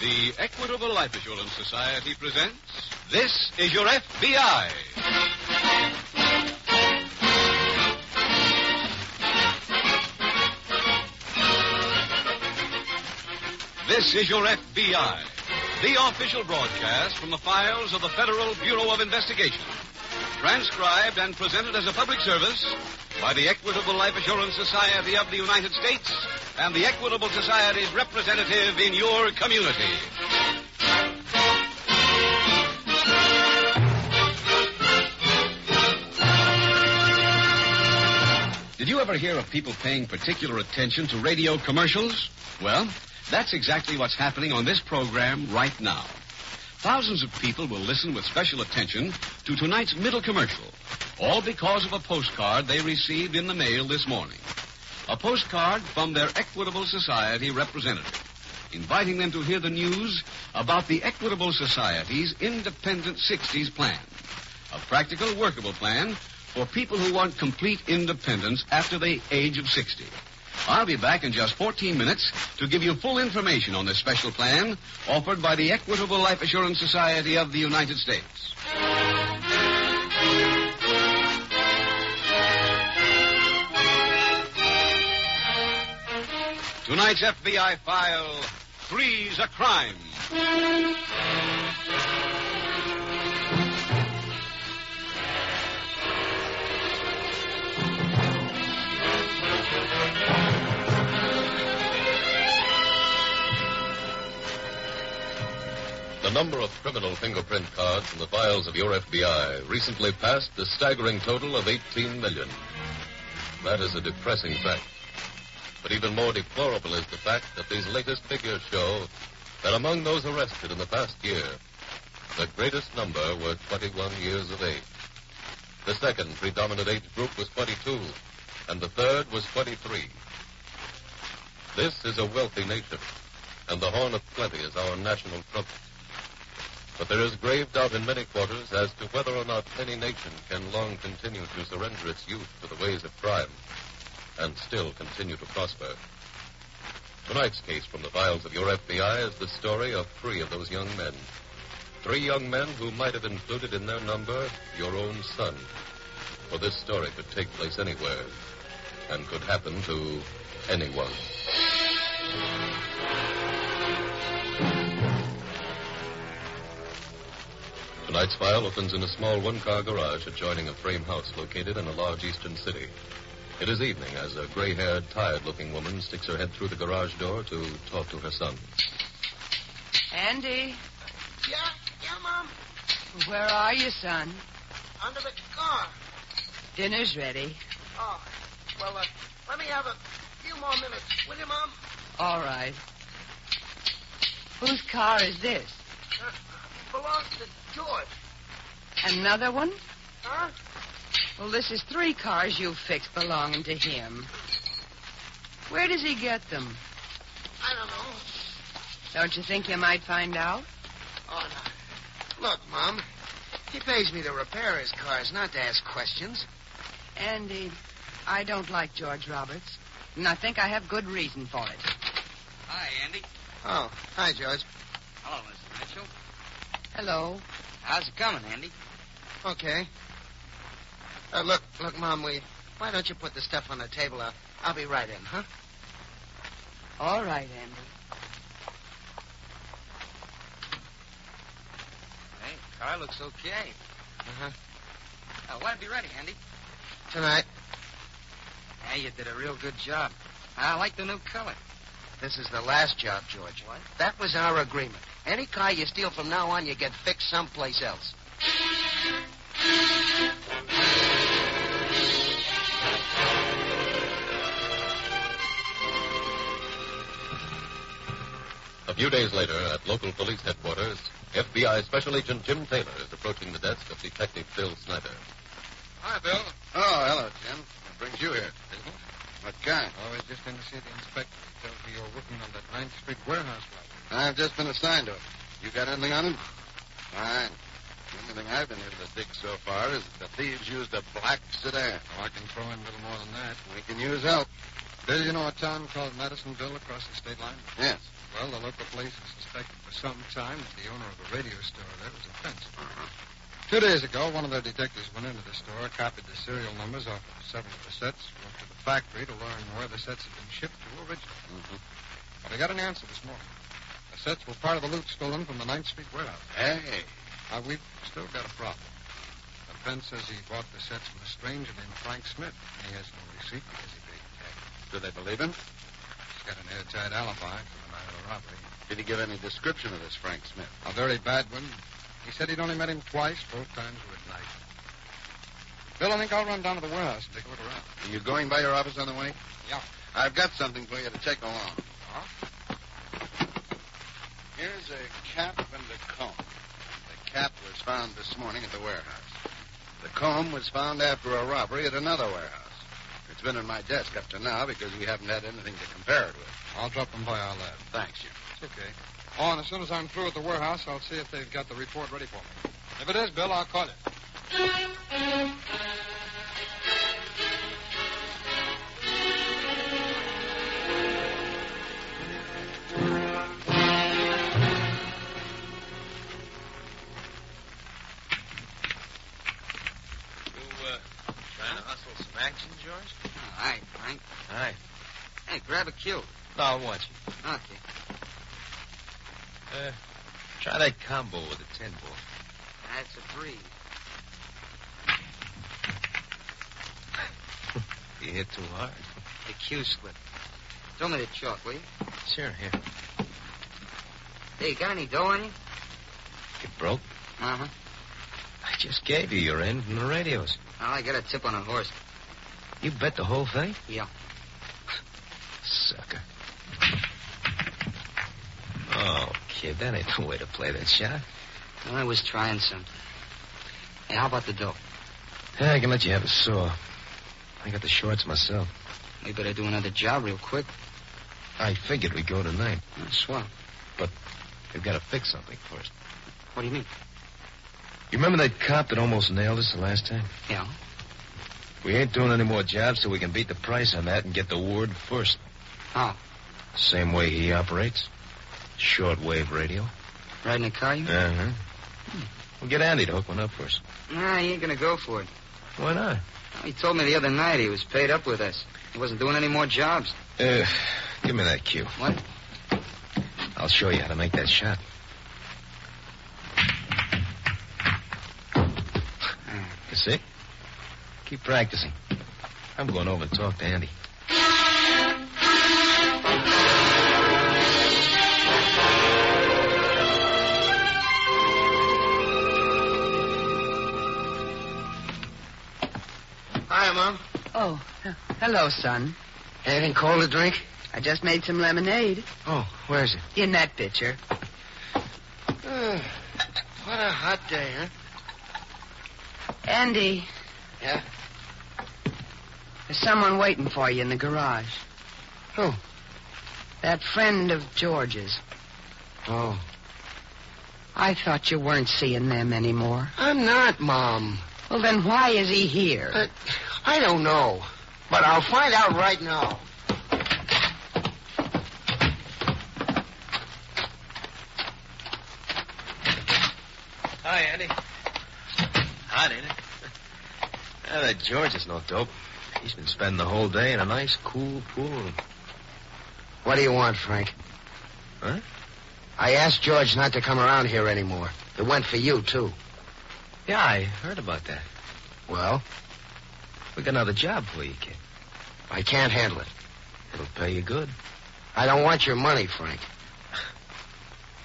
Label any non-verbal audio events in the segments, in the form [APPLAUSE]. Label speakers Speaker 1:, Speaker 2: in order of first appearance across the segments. Speaker 1: The Equitable Life Assurance Society presents This is Your FBI. This is Your FBI, the official broadcast from the files of the Federal Bureau of Investigation, transcribed and presented as a public service by the Equitable Life Assurance Society of the United States and the Equitable Society's representative in your community. Did you ever hear of people paying particular attention to radio commercials? Well, that's exactly what's happening on this program right now. Thousands of people will listen with special attention to tonight's middle commercial, all because of a postcard they received in the mail this morning. A postcard from their Equitable Society representative, inviting them to hear the news about the Equitable Society's Independent 60s plan, a practical, workable plan for people who want complete independence after the age of 60. I'll be back in just 14 minutes to give you full information on this special plan offered by the Equitable Life Assurance Society of the United States. Tonight's FBI file Three's a Crime.
Speaker 2: The number of criminal fingerprint cards in the files of your FBI recently passed the staggering total of 18 million. That is a depressing fact. But even more deplorable is the fact that these latest figures show that among those arrested in the past year, the greatest number were 21 years of age. The second predominant age group was 22, and the third was 23. This is a wealthy nation, and the horn of plenty is our national trumpet. But there is grave doubt in many quarters as to whether or not any nation can long continue to surrender its youth to the ways of crime and still continue to prosper. Tonight's case from the files of your FBI is the story of three of those young men. Three young men who might have included in their number your own son. For this story could take place anywhere and could happen to anyone. Tonight's file opens in a small one car garage adjoining a frame house located in a large eastern city. It is evening as a gray haired, tired looking woman sticks her head through the garage door to talk to her son.
Speaker 3: Andy,
Speaker 4: Yeah, yeah, Mom.
Speaker 3: where are you, son?
Speaker 4: Under the car.
Speaker 3: Dinner's ready.
Speaker 4: Oh, well, uh, let me have a few more minutes, will you, Mom?
Speaker 3: All right. Whose car is this?
Speaker 4: Uh, belongs to George,
Speaker 3: Another one?
Speaker 4: huh?
Speaker 3: Well, this is three cars you fixed belonging to him. Where does he get them?
Speaker 4: I don't know.
Speaker 3: Don't you think you might find out?
Speaker 4: Oh, no. Look, Mom. He pays me to repair his cars, not to ask questions.
Speaker 3: Andy, I don't like George Roberts, and I think I have good reason for it.
Speaker 5: Hi, Andy.
Speaker 4: Oh, hi, George.
Speaker 5: Hello, Mr. Mitchell.
Speaker 3: Hello.
Speaker 5: How's it coming, Andy?
Speaker 4: Okay. Uh, look, look, Mom, we. Why don't you put the stuff on the table? I'll, I'll be right in, huh?
Speaker 3: All right, Andy.
Speaker 4: Hey, car looks okay.
Speaker 6: Uh-huh.
Speaker 4: Uh, why'd be ready, Andy?
Speaker 6: Tonight.
Speaker 4: Hey, you did a real good job. I like the new color.
Speaker 6: This is the last job, George. What? That was our agreement. Any car you steal from now on, you get fixed someplace else.
Speaker 2: A few days later, at local police headquarters, FBI Special Agent Jim Taylor is approaching the desk of Detective Bill Snyder.
Speaker 7: Hi, Bill.
Speaker 8: Oh, hello, Jim. What brings you here? What kind?
Speaker 7: I was just in to see the inspector. He tells me you're working on that 9th Street warehouse robbery.
Speaker 8: I've just been assigned to it. You got anything on him? Fine. The only thing I've been able to dig so far is that the thieves used a black sedan.
Speaker 7: Oh, I can throw in a little more than that.
Speaker 8: We can use help.
Speaker 7: Bill, you know a town called Madisonville across the state line?
Speaker 8: Yes.
Speaker 7: Well, the local police have suspected for some time that the owner of a radio store there was a fence.
Speaker 8: Uh-huh.
Speaker 7: Two days ago, one of their detectives went into the store, copied the serial numbers off of several of the sets, went to the factory to learn where the sets had been shipped to originally.
Speaker 8: Mm-hmm.
Speaker 7: But I got an answer this morning. The sets were part of the loot stolen from the 9th Street warehouse.
Speaker 8: Hey,
Speaker 7: Now, Uh, we've still got a problem. The fence says he bought the sets from a stranger named Frank Smith, and he has no receipt because he paid cash.
Speaker 8: do they believe him?
Speaker 7: He's got an airtight alibi for the night of the robbery.
Speaker 8: Did he give any description of this Frank Smith?
Speaker 7: A very bad one. He said he'd only met him twice. Both times were at night. Bill, I think I'll run down to the warehouse and take a look around.
Speaker 8: Are you going by your office on the way?
Speaker 7: Yeah.
Speaker 8: I've got something for you to take along.
Speaker 7: Huh?
Speaker 8: Here's a cap and a comb. The cap was found this morning at the warehouse. The comb was found after a robbery at another warehouse. It's been in my desk up to now because we haven't had anything to compare it with.
Speaker 7: I'll drop them by our lab.
Speaker 8: Thanks, Jim.
Speaker 7: It's okay. Oh, and as soon as I'm through at the warehouse, I'll see if they've got the report ready for me. If it is, Bill, I'll call you.
Speaker 4: You, uh, trying to hustle some action, George? All right, Frank.
Speaker 6: All right.
Speaker 4: Hey, grab a cue.
Speaker 6: I'll watch you.
Speaker 4: Okay.
Speaker 6: Uh. Try that combo with the ten ball.
Speaker 4: That's a three.
Speaker 6: You hit too hard.
Speaker 4: The cue slip. Throw me the chalk, will you?
Speaker 6: Sure, here.
Speaker 4: Hey, you got any dough on you?
Speaker 6: You broke?
Speaker 4: Uh-huh.
Speaker 6: I just gave you your end from the radios.
Speaker 4: Well, I got a tip on a horse.
Speaker 6: You bet the whole thing?
Speaker 4: Yeah.
Speaker 6: Sucker. Oh, kid, that ain't the way to play that shot.
Speaker 4: Well, I was trying something. Hey, how about the dough?
Speaker 6: Yeah, I can let you have a saw. I got the shorts myself.
Speaker 4: We better do another job real quick.
Speaker 6: I figured we'd go tonight.
Speaker 4: Uh, swell.
Speaker 6: We've got to fix something first.
Speaker 4: What do you mean?
Speaker 6: You remember that cop that almost nailed us the last time?
Speaker 4: Yeah.
Speaker 6: We ain't doing any more jobs till we can beat the price on that and get the word first.
Speaker 4: How?
Speaker 6: Same way he operates. Shortwave radio.
Speaker 4: Riding a car, you?
Speaker 6: Uh-huh. We'll get Andy to hook one up for us.
Speaker 4: Nah, he ain't gonna go for it.
Speaker 6: Why not?
Speaker 4: He told me the other night he was paid up with us. He wasn't doing any more jobs.
Speaker 6: Uh, give me that cue.
Speaker 4: What?
Speaker 6: I'll show you how to make that shot. You see? Keep practicing. I'm going over and talk to Andy. Hi, Mom.
Speaker 3: Oh, h- hello, son.
Speaker 6: Anything cold to drink?
Speaker 3: I just made some lemonade
Speaker 6: Oh, where's it?
Speaker 3: in that
Speaker 6: [SIGHS]
Speaker 3: pitcher.
Speaker 6: what a hot day, huh?
Speaker 3: Andy.
Speaker 6: Yeah?
Speaker 3: There's someone waiting for you in the garage.
Speaker 6: Who?
Speaker 3: That friend of George's.
Speaker 6: Oh.
Speaker 3: I thought you weren't seeing them anymore.
Speaker 6: I'm not, Mom.
Speaker 3: Well, then why is he here?
Speaker 6: Uh, I don't know. But I'll find out right now. Hi, Andy. Hot, ain't it? Well, that George is no dope. He's been spending the whole day in a nice, cool pool room.
Speaker 4: What do you want, Frank?
Speaker 6: Huh?
Speaker 4: I asked George not to come around here anymore. It went for you, too.
Speaker 9: Yeah, I heard about that.
Speaker 4: Well,
Speaker 9: We got another job for you, kid.
Speaker 4: I can't handle it.
Speaker 9: It'll pay you good.
Speaker 4: I don't want your money,
Speaker 6: [SIGHS]
Speaker 4: Frank.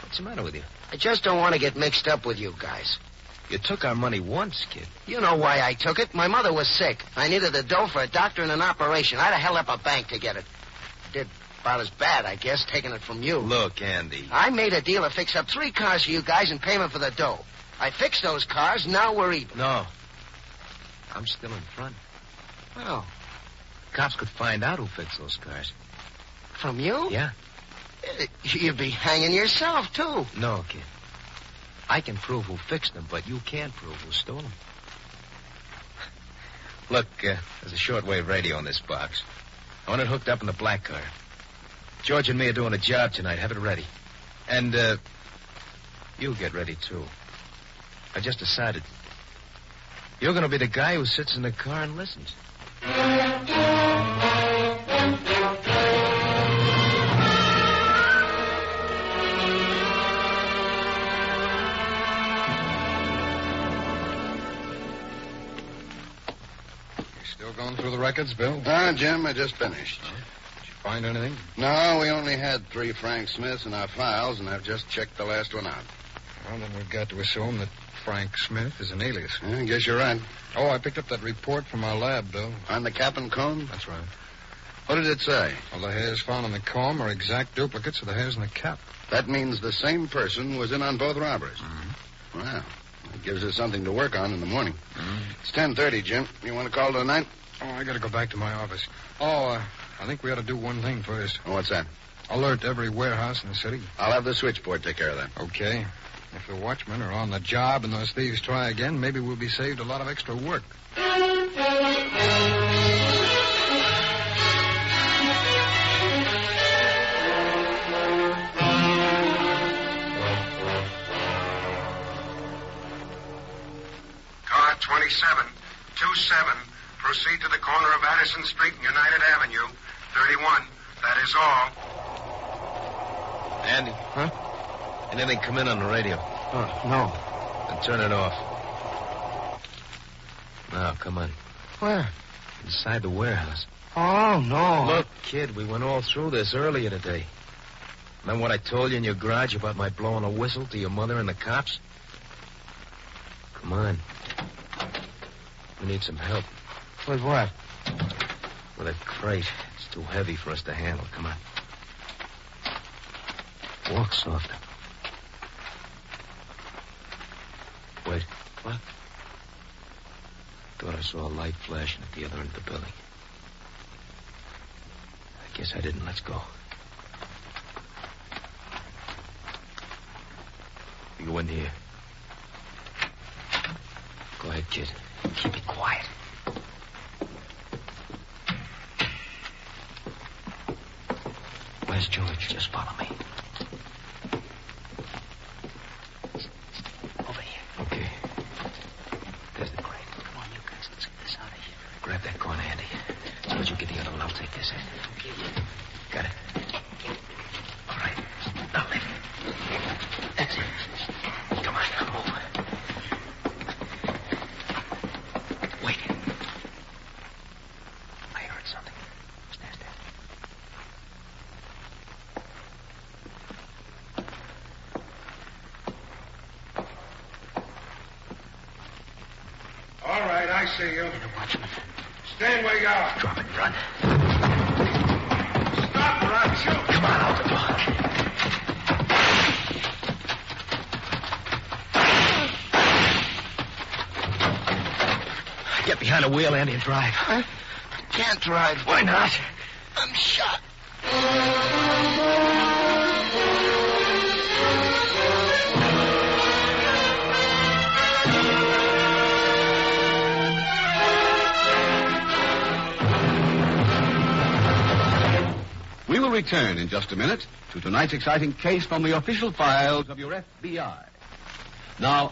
Speaker 9: What's the matter with you?
Speaker 4: I just don't want to get mixed up with you guys.
Speaker 9: You took our money once, kid.
Speaker 4: You know why I took it. My mother was sick. I needed the dough for a doctor and an operation. I'd have held up a bank to get it. Did about as bad, I guess, taking it from you.
Speaker 9: Look, Andy.
Speaker 4: I made a deal to fix up three cars for you guys in payment for the dough. I fixed those cars. Now we're e- even.
Speaker 9: No. I'm still in front.
Speaker 4: Oh,
Speaker 9: Cops could find out who fixed those cars.
Speaker 4: from you?
Speaker 9: Yeah.
Speaker 4: Eh, [LAUGHS] You'd be hanging yourself, too.
Speaker 9: No, kid. I can prove who fixed them, but you can't prove who stole them. Look, uh, there's a shortwave radio in this box. I want it hooked up in the black car. George and me are doing a job tonight. Have it ready. And, uh, you get ready, too. I just decided. You're going to be the guy who sits in the car and listens.
Speaker 7: You still going through the records, Bill? Did
Speaker 8: Ah, Jim, I just finished.
Speaker 7: you find anything?
Speaker 8: No, we only had three Frank Smiths in our files, and I've just checked the last one out.
Speaker 7: Well, then we've got to assume that Frank Smith is an alias.
Speaker 8: I guess you're right.
Speaker 7: Oh, I picked up that report from our lab, Bill.
Speaker 8: On the cap and comb?
Speaker 7: That's right.
Speaker 8: What did it say?
Speaker 7: Well, the hairs found in the comb are exact duplicates of the hairs in the cap.
Speaker 8: That means the same person was in on both robberies.
Speaker 7: Mhm.
Speaker 8: Wow. That gives us something to work on in the morning. It's 10.30, Jim. You want to call tonight?
Speaker 7: Oh, I gotta go back to my office. Oh, uh, I think we ought to do one thing first.
Speaker 8: Oh, what's that?
Speaker 7: Alert every warehouse in the city.
Speaker 8: I'll have the switchboard take care of that.
Speaker 7: Okay. If the watchmen are on the job and those thieves try again, maybe we'll be saved a lot of extra work.
Speaker 10: Car 27, 27, proceed to the corner of Addison Street and United Avenue, 31. That is all.
Speaker 6: Andy. Huh? Anything come in on the radio?
Speaker 7: Oh, no.
Speaker 6: Then turn it off. Now, come on.
Speaker 7: Where?
Speaker 6: Inside the warehouse.
Speaker 7: Oh, no.
Speaker 6: Look, kid, we went all through this earlier today. Remember what I told you in your garage about my blowing a whistle to your mother and the cops? Come on. We need some help
Speaker 7: With what?
Speaker 6: with a crate. It's too heavy for us to handle. Come on. Walk softer. Wait. What? Thought I saw a light flashing at the other end of the building. I guess I didn't. Let's go. You go in here. Go ahead, kid. Keep it quiet. Where's George? Just follow me. Over here. Okay. There's the crate. Come on, you guys. Let's get this out of here. Grab that corner, Andy. George, you get the other one. I'll take this end. Got it. All right. Now lift it. That's it. Come on, now move. Wait. I heard something. Stand still.
Speaker 10: All right, I see you.
Speaker 6: The watchman.
Speaker 10: Stand where you are.
Speaker 6: Drop it. Run.
Speaker 10: Stop or I'll shoot.
Speaker 6: Come on, out the door. Get behind the wheel, Andy, and drive.
Speaker 4: Can't drive.
Speaker 6: Why not?
Speaker 4: I'm shot.
Speaker 1: We will return in just a minute to tonight's exciting case from the official files of your FBI. Now,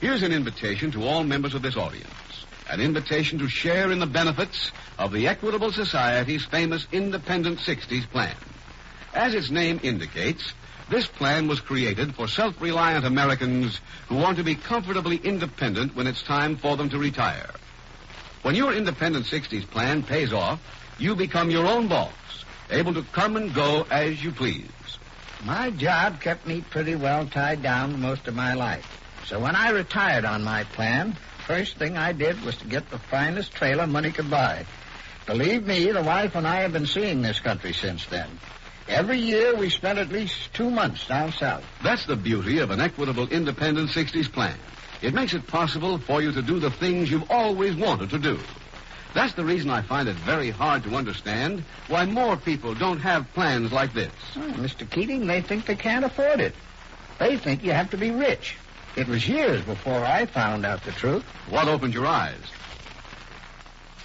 Speaker 1: here's an invitation to all members of this audience. An invitation to share in the benefits of the Equitable Society's famous Independent 60s plan. As its name indicates, this plan was created for self reliant Americans who want to be comfortably independent when it's time for them to retire. When your Independent 60s plan pays off, you become your own boss, able to come and go as you please.
Speaker 4: My job kept me pretty well tied down most of my life. So when I retired on my plan, first thing I did was to get the finest trailer money could buy. Believe me, the wife and I have been seeing this country since then. Every year we spent at least two months down south.
Speaker 1: That's the beauty of an equitable Independent 60s plan. It makes it possible for you to do the things you've always wanted to do. That's the reason I find it very hard to understand why more people don't have plans like this.
Speaker 4: Mr. Hmm, Keating, they think they can't afford it. They think you have to be rich. It was years before I found out the truth.
Speaker 1: What opened your eyes?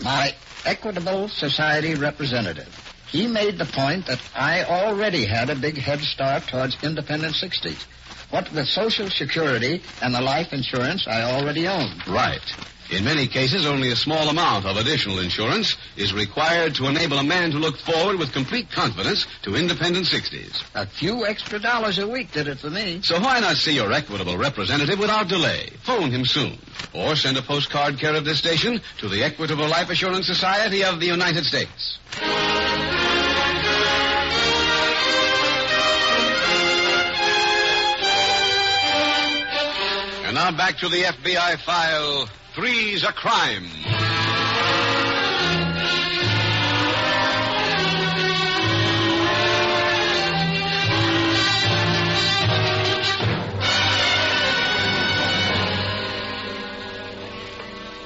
Speaker 4: My Equitable Society representative. He made the point that I already had a big head start towards independent 60s. What with Social Security and the life insurance I already owned.
Speaker 1: Right. In many cases, only a small amount of additional insurance is required to enable a man to look forward with complete confidence to independent 60s.
Speaker 4: A few extra dollars a week did it for me.
Speaker 1: So why not see your equitable representative without delay? Phone him soon. Or send a postcard care of this station to the Equitable Life Assurance Society of the United States. And now back to the FBI file Three's a Crime.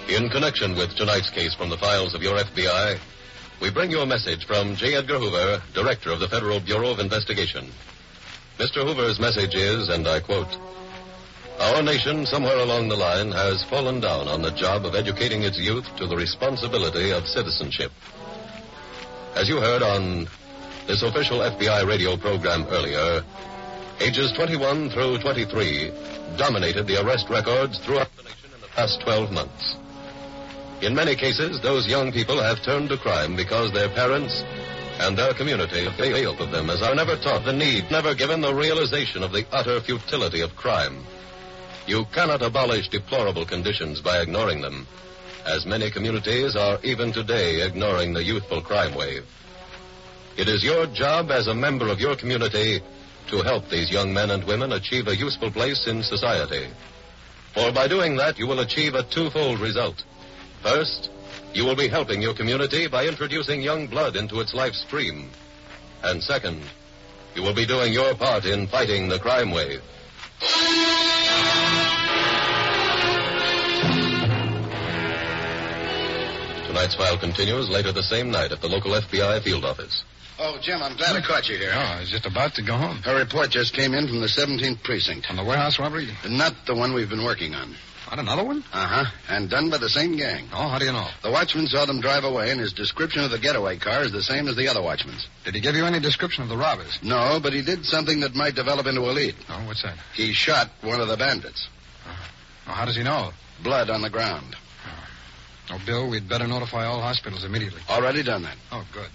Speaker 2: In connection with tonight's case from the files of your FBI, we bring you a message from J. Edgar Hoover, Director of the Federal Bureau of Investigation. Mr. Hoover's message is, and I quote, Our nation, somewhere along the line, has fallen down on the job of educating its youth to the responsibility of citizenship. As you heard on this official FBI radio program earlier, ages 21 through 23 dominated the arrest records throughout the nation in the past 12 months. In many cases, those young people have turned to crime because their parents and their community have failed of them as are never taught the need, never given the realization of the utter futility of crime. You cannot abolish deplorable conditions by ignoring them, as many communities are even today ignoring the youthful crime wave. It is your job as a member of your community to help these young men and women achieve a useful place in society. For by doing that, you will achieve a twofold result. First, you will be helping your community by introducing young blood into its life stream. And second, you will be doing your part in fighting the crime wave. Tonight's file continues later the same night at the local FBI field office.
Speaker 8: Oh, Jim, I'm glad I caught you here.
Speaker 7: Oh, I was just about to go home.
Speaker 8: A report just came in from the 17th precinct. On the warehouse robbery? Not the one we've been working on.
Speaker 7: On another one?
Speaker 8: Uh huh. And done by the same gang.
Speaker 7: Oh, how do you know?
Speaker 8: The watchman saw them drive away, and his description of the getaway car is the same as the other watchman's.
Speaker 7: Did he give you any description of the robbers?
Speaker 8: No, but he did something that might develop into a lead.
Speaker 7: Oh, what's that?
Speaker 8: He shot one of the bandits.
Speaker 7: Oh, how does he know?
Speaker 8: Blood on the ground.
Speaker 7: Oh, Bill, we'd better notify all hospitals immediately.
Speaker 8: Already done that.
Speaker 7: Oh, good.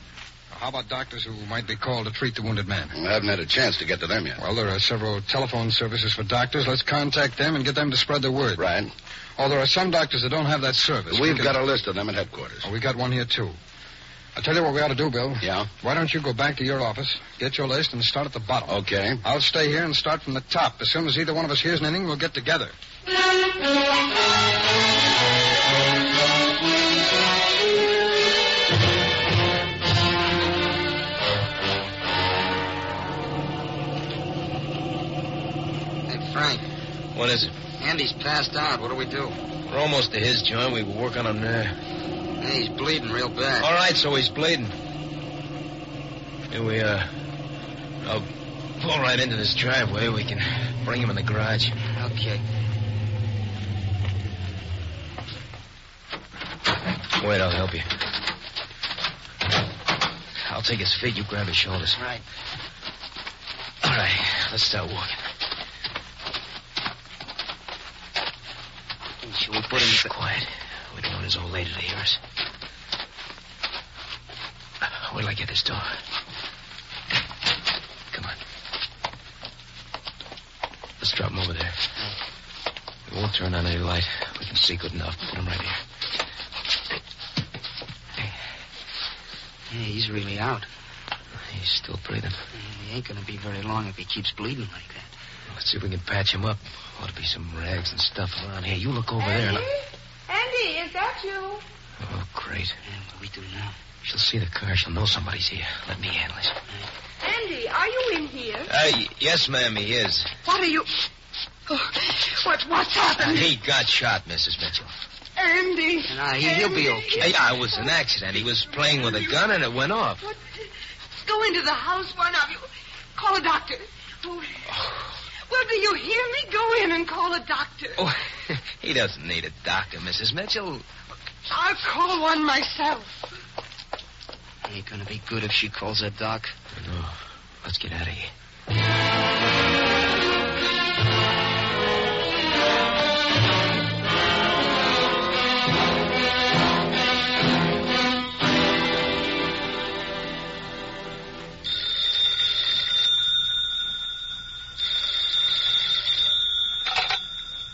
Speaker 7: Now, How about doctors who might be called to treat the wounded man?
Speaker 8: I haven't had a chance to get to them yet.
Speaker 7: Well, there are several telephone services for doctors. Let's contact them and get them to spread the word.
Speaker 8: Right.
Speaker 7: Oh, there are some doctors that don't have that service.
Speaker 8: We've
Speaker 7: We can-
Speaker 8: got a list of them at headquarters.
Speaker 7: Oh, we got one here, too. I tell you what we ought to do, Bill.
Speaker 8: Yeah?
Speaker 7: Why don't you go back to your office, get your list, and start at the bottom?
Speaker 8: Okay.
Speaker 7: I'll stay here and start from the top. As soon as either one of us hears anything, we'll get together.
Speaker 10: Hey, Frank,
Speaker 6: What is it?
Speaker 10: Andy's passed out. What do we do?
Speaker 6: We're almost to his joint. We were working on there.
Speaker 10: Hey, he's bleeding real bad.
Speaker 6: All right, so he's bleeding. Here we are. I'll pull right into this driveway. We can bring him in the garage.
Speaker 10: Okay.
Speaker 6: Wait, I'll help you. I'll take his feet. You grab his shoulders.
Speaker 10: Right.
Speaker 6: All right, let's start walking.
Speaker 10: Should we put him
Speaker 6: Shh, quiet. We don't want his old lady to hear us. Wait till I get this door. Let's drop him over there. It won't turn on any light. We can see good enough. Put him right here.
Speaker 10: Hey, he's really out.
Speaker 6: He's still breathing.
Speaker 10: He ain't gonna be very long if he keeps bleeding like that.
Speaker 6: Let's see if we can patch him up. Ought to be some rags and stuff around here. You look over there. and I-
Speaker 11: Andy, is that you?
Speaker 6: Oh, great. what do we do now? She'll see the car. She'll know somebody's here. Let me handle this.
Speaker 11: Andy, are you in here?
Speaker 6: Uh, yes, ma'am, he is.
Speaker 11: What are you? Oh, what? What's happened?
Speaker 6: He got shot, Mrs. Mitchell.
Speaker 11: Andy.
Speaker 10: Ah,
Speaker 6: Nah, he, will be okay. Yeah, it was an accident. He was playing with a gun and it went off.
Speaker 11: Go into the house, one of you. Call a doctor. Oh. Well, do you hear me? Go in and call a doctor.
Speaker 6: Oh, he doesn't need a doctor, Mrs. Mitchell.
Speaker 11: I'll call one myself.
Speaker 10: Ain't gonna be good if she calls a doc.
Speaker 6: No. Let's get out of here.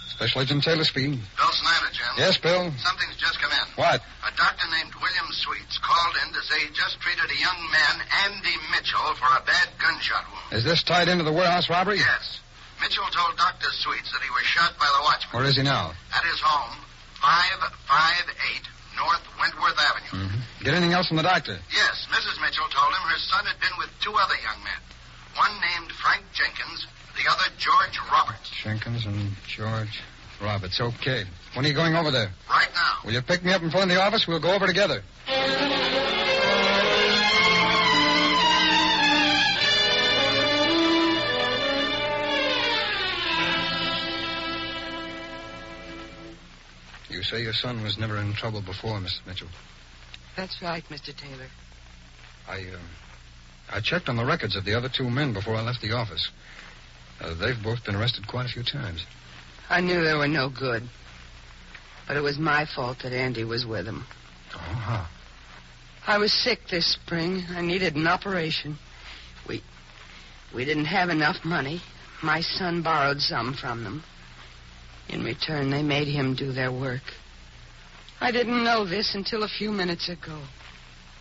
Speaker 7: Special Agent Taylor speaking.
Speaker 8: Bill Snyder, Jim.
Speaker 7: Yes, Bill.
Speaker 8: Something's just come in.
Speaker 7: What?
Speaker 8: A doctor named William Sweets called in to say he just treated a young man, Andy Mitchell, for a bad gunshot wound.
Speaker 7: Is this tied into the warehouse robbery?
Speaker 8: Yes. Mitchell told Dr. Sweets that he was shot by the watchman
Speaker 7: Where is he now?
Speaker 8: at his home, 558 North Wentworth Avenue.
Speaker 7: Get anything else from the doctor?
Speaker 8: Yes, Mrs. Mitchell told him her son had been with two other young men. One named Frank Jenkins, the other George Roberts.
Speaker 7: Jenkins and George Roberts. Okay. When are you going over there?
Speaker 8: Right now.
Speaker 7: Will you pick me up in front of the office? We'll go over together. You say your son was never in trouble before, Mrs. Mitchell.
Speaker 3: That's right, Mr. Taylor.
Speaker 7: I, uh, I checked on the records of the other two men before I left the office. Uh, they've both been arrested quite a few times.
Speaker 3: I knew they were no good. But it was my fault that Andy was with them.
Speaker 7: Oh,
Speaker 4: Uh-huh.
Speaker 7: huh.
Speaker 3: I was sick this spring. I needed an operation. We we didn't have enough money. My son borrowed some from them. In return, they made him do their work. I didn't know this until a few minutes ago.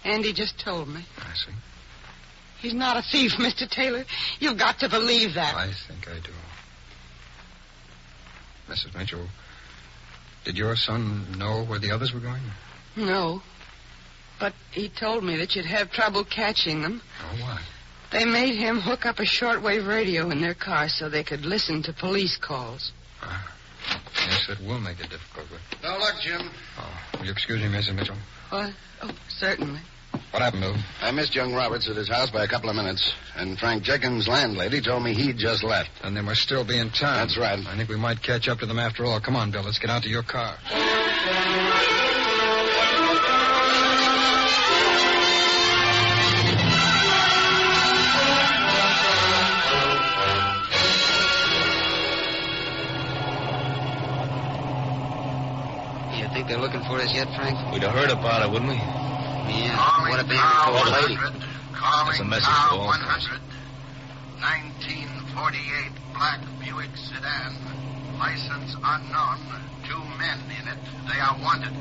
Speaker 3: Andy just told me.
Speaker 7: I see.
Speaker 3: He's not a thief, [LAUGHS] Mr. Taylor. You've got to believe that.
Speaker 7: I think I do. Mrs. Mitchell, did your son know where the others were going?
Speaker 3: No. But he told me that you'd have trouble catching them.
Speaker 7: Oh, what?
Speaker 3: They made him hook up a shortwave radio in their car so they could listen to police calls.
Speaker 7: Yes, it will make it difficult. But...
Speaker 8: No luck, Jim.
Speaker 7: Will you excuse me, Mrs. Mitchell?
Speaker 3: What? Oh, certainly.
Speaker 7: What happened, Bill?
Speaker 12: I missed young Roberts at his house by a couple of minutes, and Frank Jenkins' landlady told me he'd just left.
Speaker 7: And they must still be in town. That's right. I think we might catch up to them after all. Come on, Bill. Let's get out to your car.
Speaker 10: You think they're looking for us yet, Frank?
Speaker 6: We'd have heard about it, wouldn't we?
Speaker 10: Yeah. what a band to call a lady.
Speaker 8: Calling
Speaker 6: That's a message
Speaker 8: car
Speaker 6: for all
Speaker 8: 100, 1948 black Buick sedan, license unknown, two men in it. They are wanted.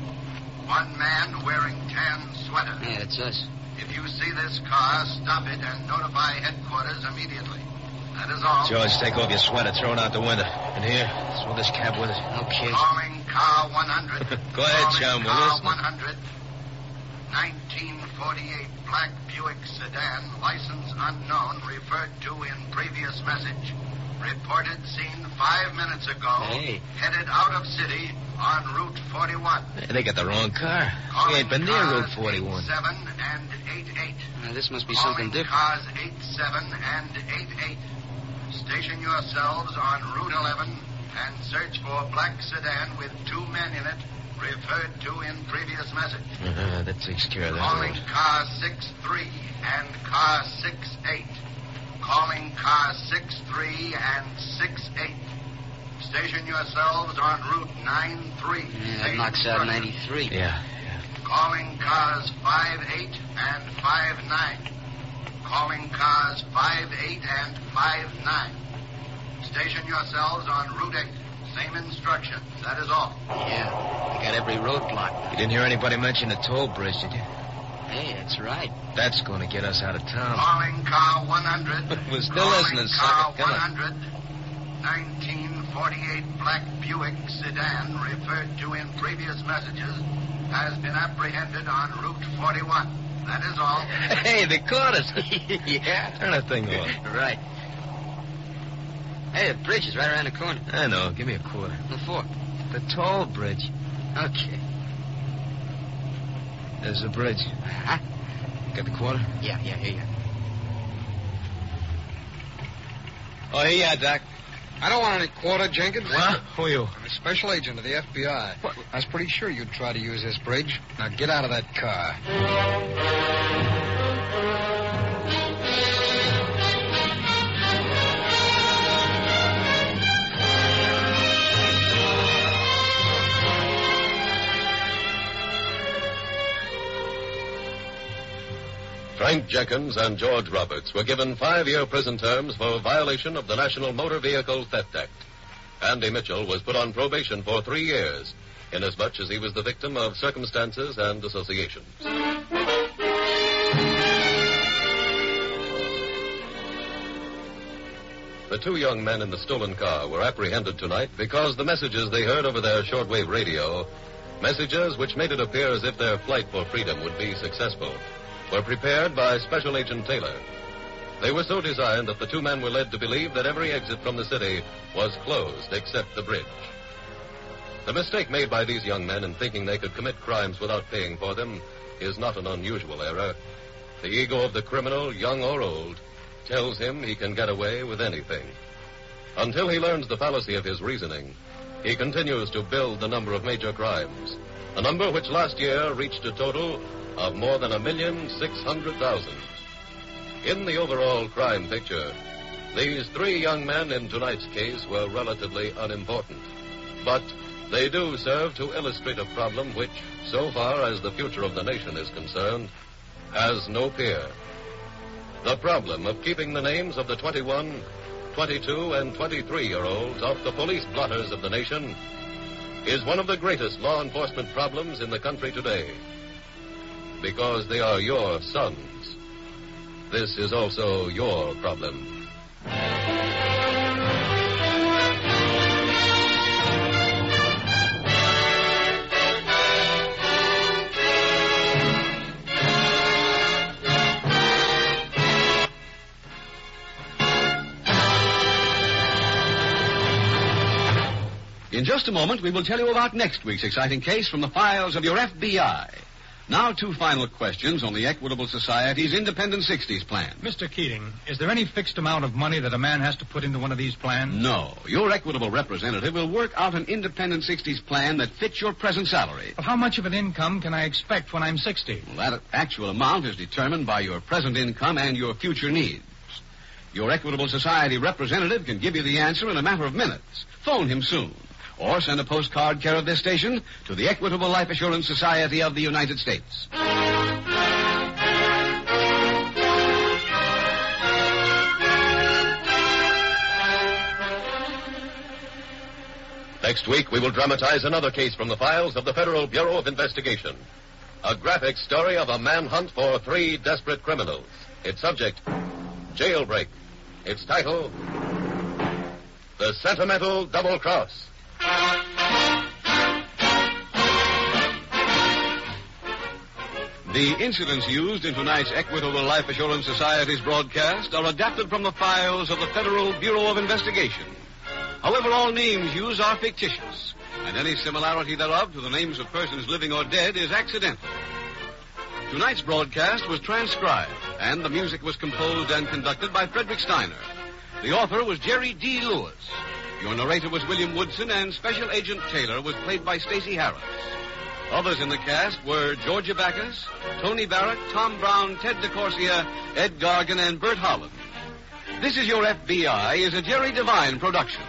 Speaker 8: One man wearing tan sweater.
Speaker 10: Yeah, it's us.
Speaker 8: If you see this car, stop it and notify headquarters immediately. That is all.
Speaker 6: George, take off your sweater. Throw it out the window. And here, throw this cap with it.
Speaker 10: Okay.
Speaker 8: Calling car 100.
Speaker 6: [LAUGHS] Go ahead, chum. We're
Speaker 8: Car
Speaker 6: listening.
Speaker 8: 100, 1948 black Buick sedan, license unknown, referred to in previous message. Reported seen five minutes ago,
Speaker 6: Hey.
Speaker 8: headed out of city on Route 41.
Speaker 6: Hey, They got the wrong car. We ain't been near Route 41.
Speaker 8: 7 and 88.
Speaker 10: Now, this must be something different.
Speaker 8: Cars 87 and 88. Station yourselves on Route 11 and search for black sedan with two men in it, referred to in previous message.
Speaker 6: Uh-huh, that takes care of that
Speaker 8: Calling
Speaker 6: road.
Speaker 8: car 63 and car 68. Calling car 63 and 68. Station yourselves on Route 93.
Speaker 10: Yeah, that knocks out 93.
Speaker 6: Yeah.
Speaker 8: Calling cars 58 and 59. Calling cars 58 and 59. Station yourselves on Route 8. Same instructions. That is all.
Speaker 10: Yeah, they got every road blocked.
Speaker 6: You didn't hear anybody mention the toll bridge, did you?
Speaker 10: Hey, that's right.
Speaker 6: That's going to get us out of town. [LAUGHS]
Speaker 8: Calling car 100.
Speaker 6: We're
Speaker 10: Oh,
Speaker 6: still listening,
Speaker 8: Car
Speaker 6: sucker. Come on.
Speaker 8: 100. 1948 black Buick sedan referred to in previous messages has been apprehended on Route 41. That is all.
Speaker 6: Hey, they caught us. [LAUGHS] yeah. Turn that thing on.
Speaker 10: [LAUGHS] Right. Hey, the bridge is right around the corner.
Speaker 6: I know. Give me a quarter.
Speaker 10: What for?
Speaker 6: The toll bridge.
Speaker 10: Okay.
Speaker 6: There's the bridge.
Speaker 10: Huh?
Speaker 6: Got the quarter?
Speaker 10: Uh-huh. Yeah, yeah, yeah, yeah.
Speaker 7: Oh, here you are, Doc. I don't want any quarter, Jenkins.
Speaker 6: What? Who you?
Speaker 7: I'm a special agent of the FBI. I was pretty sure you'd try to use this bridge. Now get out of that car.
Speaker 2: Frank Jenkins and George Roberts were given five year prison terms for violation of the National Motor Vehicle Theft Act. Andy Mitchell was put on probation for three years, inasmuch as he was the victim of circumstances and association. The two young men in the stolen car were apprehended tonight because the messages they heard over their shortwave radio, messages which made it appear as if their flight for freedom would be successful were prepared by Special Agent Taylor. They were so designed that the two men were led to believe that every exit from the city was closed except the bridge. The mistake made by these young men in thinking they could commit crimes without paying for them is not an unusual error. The ego of the criminal, young or old, tells him he can get away with anything. Until he learns the fallacy of his reasoning, he continues to build the number of major crimes, a number which last year reached a total of more than a million six hundred thousand. In the overall crime picture, these three young men in tonight's case were relatively unimportant. But they do serve to illustrate a problem which, so far as the future of the nation is concerned, has no peer. The problem of keeping the names of the 21, 22, and 23 year olds off the police blotters of the nation is one of the greatest law enforcement problems in the country today because they are your sons. This is also your problem.
Speaker 1: In just a moment, we will tell you about next week's exciting case from the files of your FBI. Now, two final questions on the Equitable Society's Independent 60s plan.
Speaker 13: Mr. Keating, is there any fixed amount of money that a man has to put into one of these plans?
Speaker 1: No, your Equitable representative will work out an Independent 60s plan that fits your present salary.
Speaker 13: Well, how much of an income can I expect when I'm 60?
Speaker 1: Well, that actual amount is determined by your present income and your future needs. Your Equitable Society representative can give you the answer in a matter of minutes. Phone him soon. Or send a postcard care of this station to the Equitable Life Assurance Society of the United States.
Speaker 2: Next week, we will dramatize another case from the files of the Federal Bureau of Investigation. A graphic story of a manhunt for three desperate criminals. Its subject, Jailbreak. Its title, The Sentimental Double Cross.
Speaker 1: The incidents used in tonight's Equitable Life Assurance Society's broadcast are adapted from the files of the Federal Bureau of Investigation. However, all names used are fictitious, and any similarity thereof to the names of persons living or dead is accidental. Tonight's broadcast was transcribed, and the music was composed and conducted by Frederick Steiner. The author was Jerry D. Lewis. Your narrator was William Woodson, and Special Agent Taylor was played by Stacey Harris. Others in the cast were Georgia Backus, Tony Barrett, Tom Brown, Ted DeCorsia, Ed Gargan, and Bert Holland. This is Your FBI is a Jerry Devine production.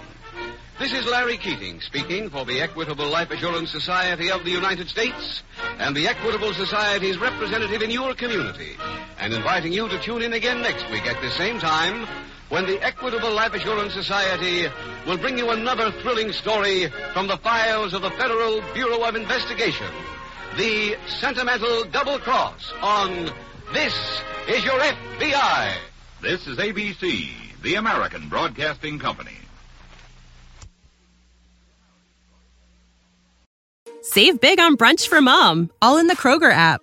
Speaker 1: This is Larry Keating speaking for the Equitable Life Assurance Society of the United States and the Equitable Society's representative in your community and inviting you to tune in again next week at the same time when the Equitable Life Assurance Society will bring you another thrilling story from the files of the Federal Bureau of Investigation The Sentimental Double Cross on This Is Your FBI.
Speaker 14: This is ABC, the American Broadcasting Company.
Speaker 15: Save big on brunch for mom, all in the Kroger app.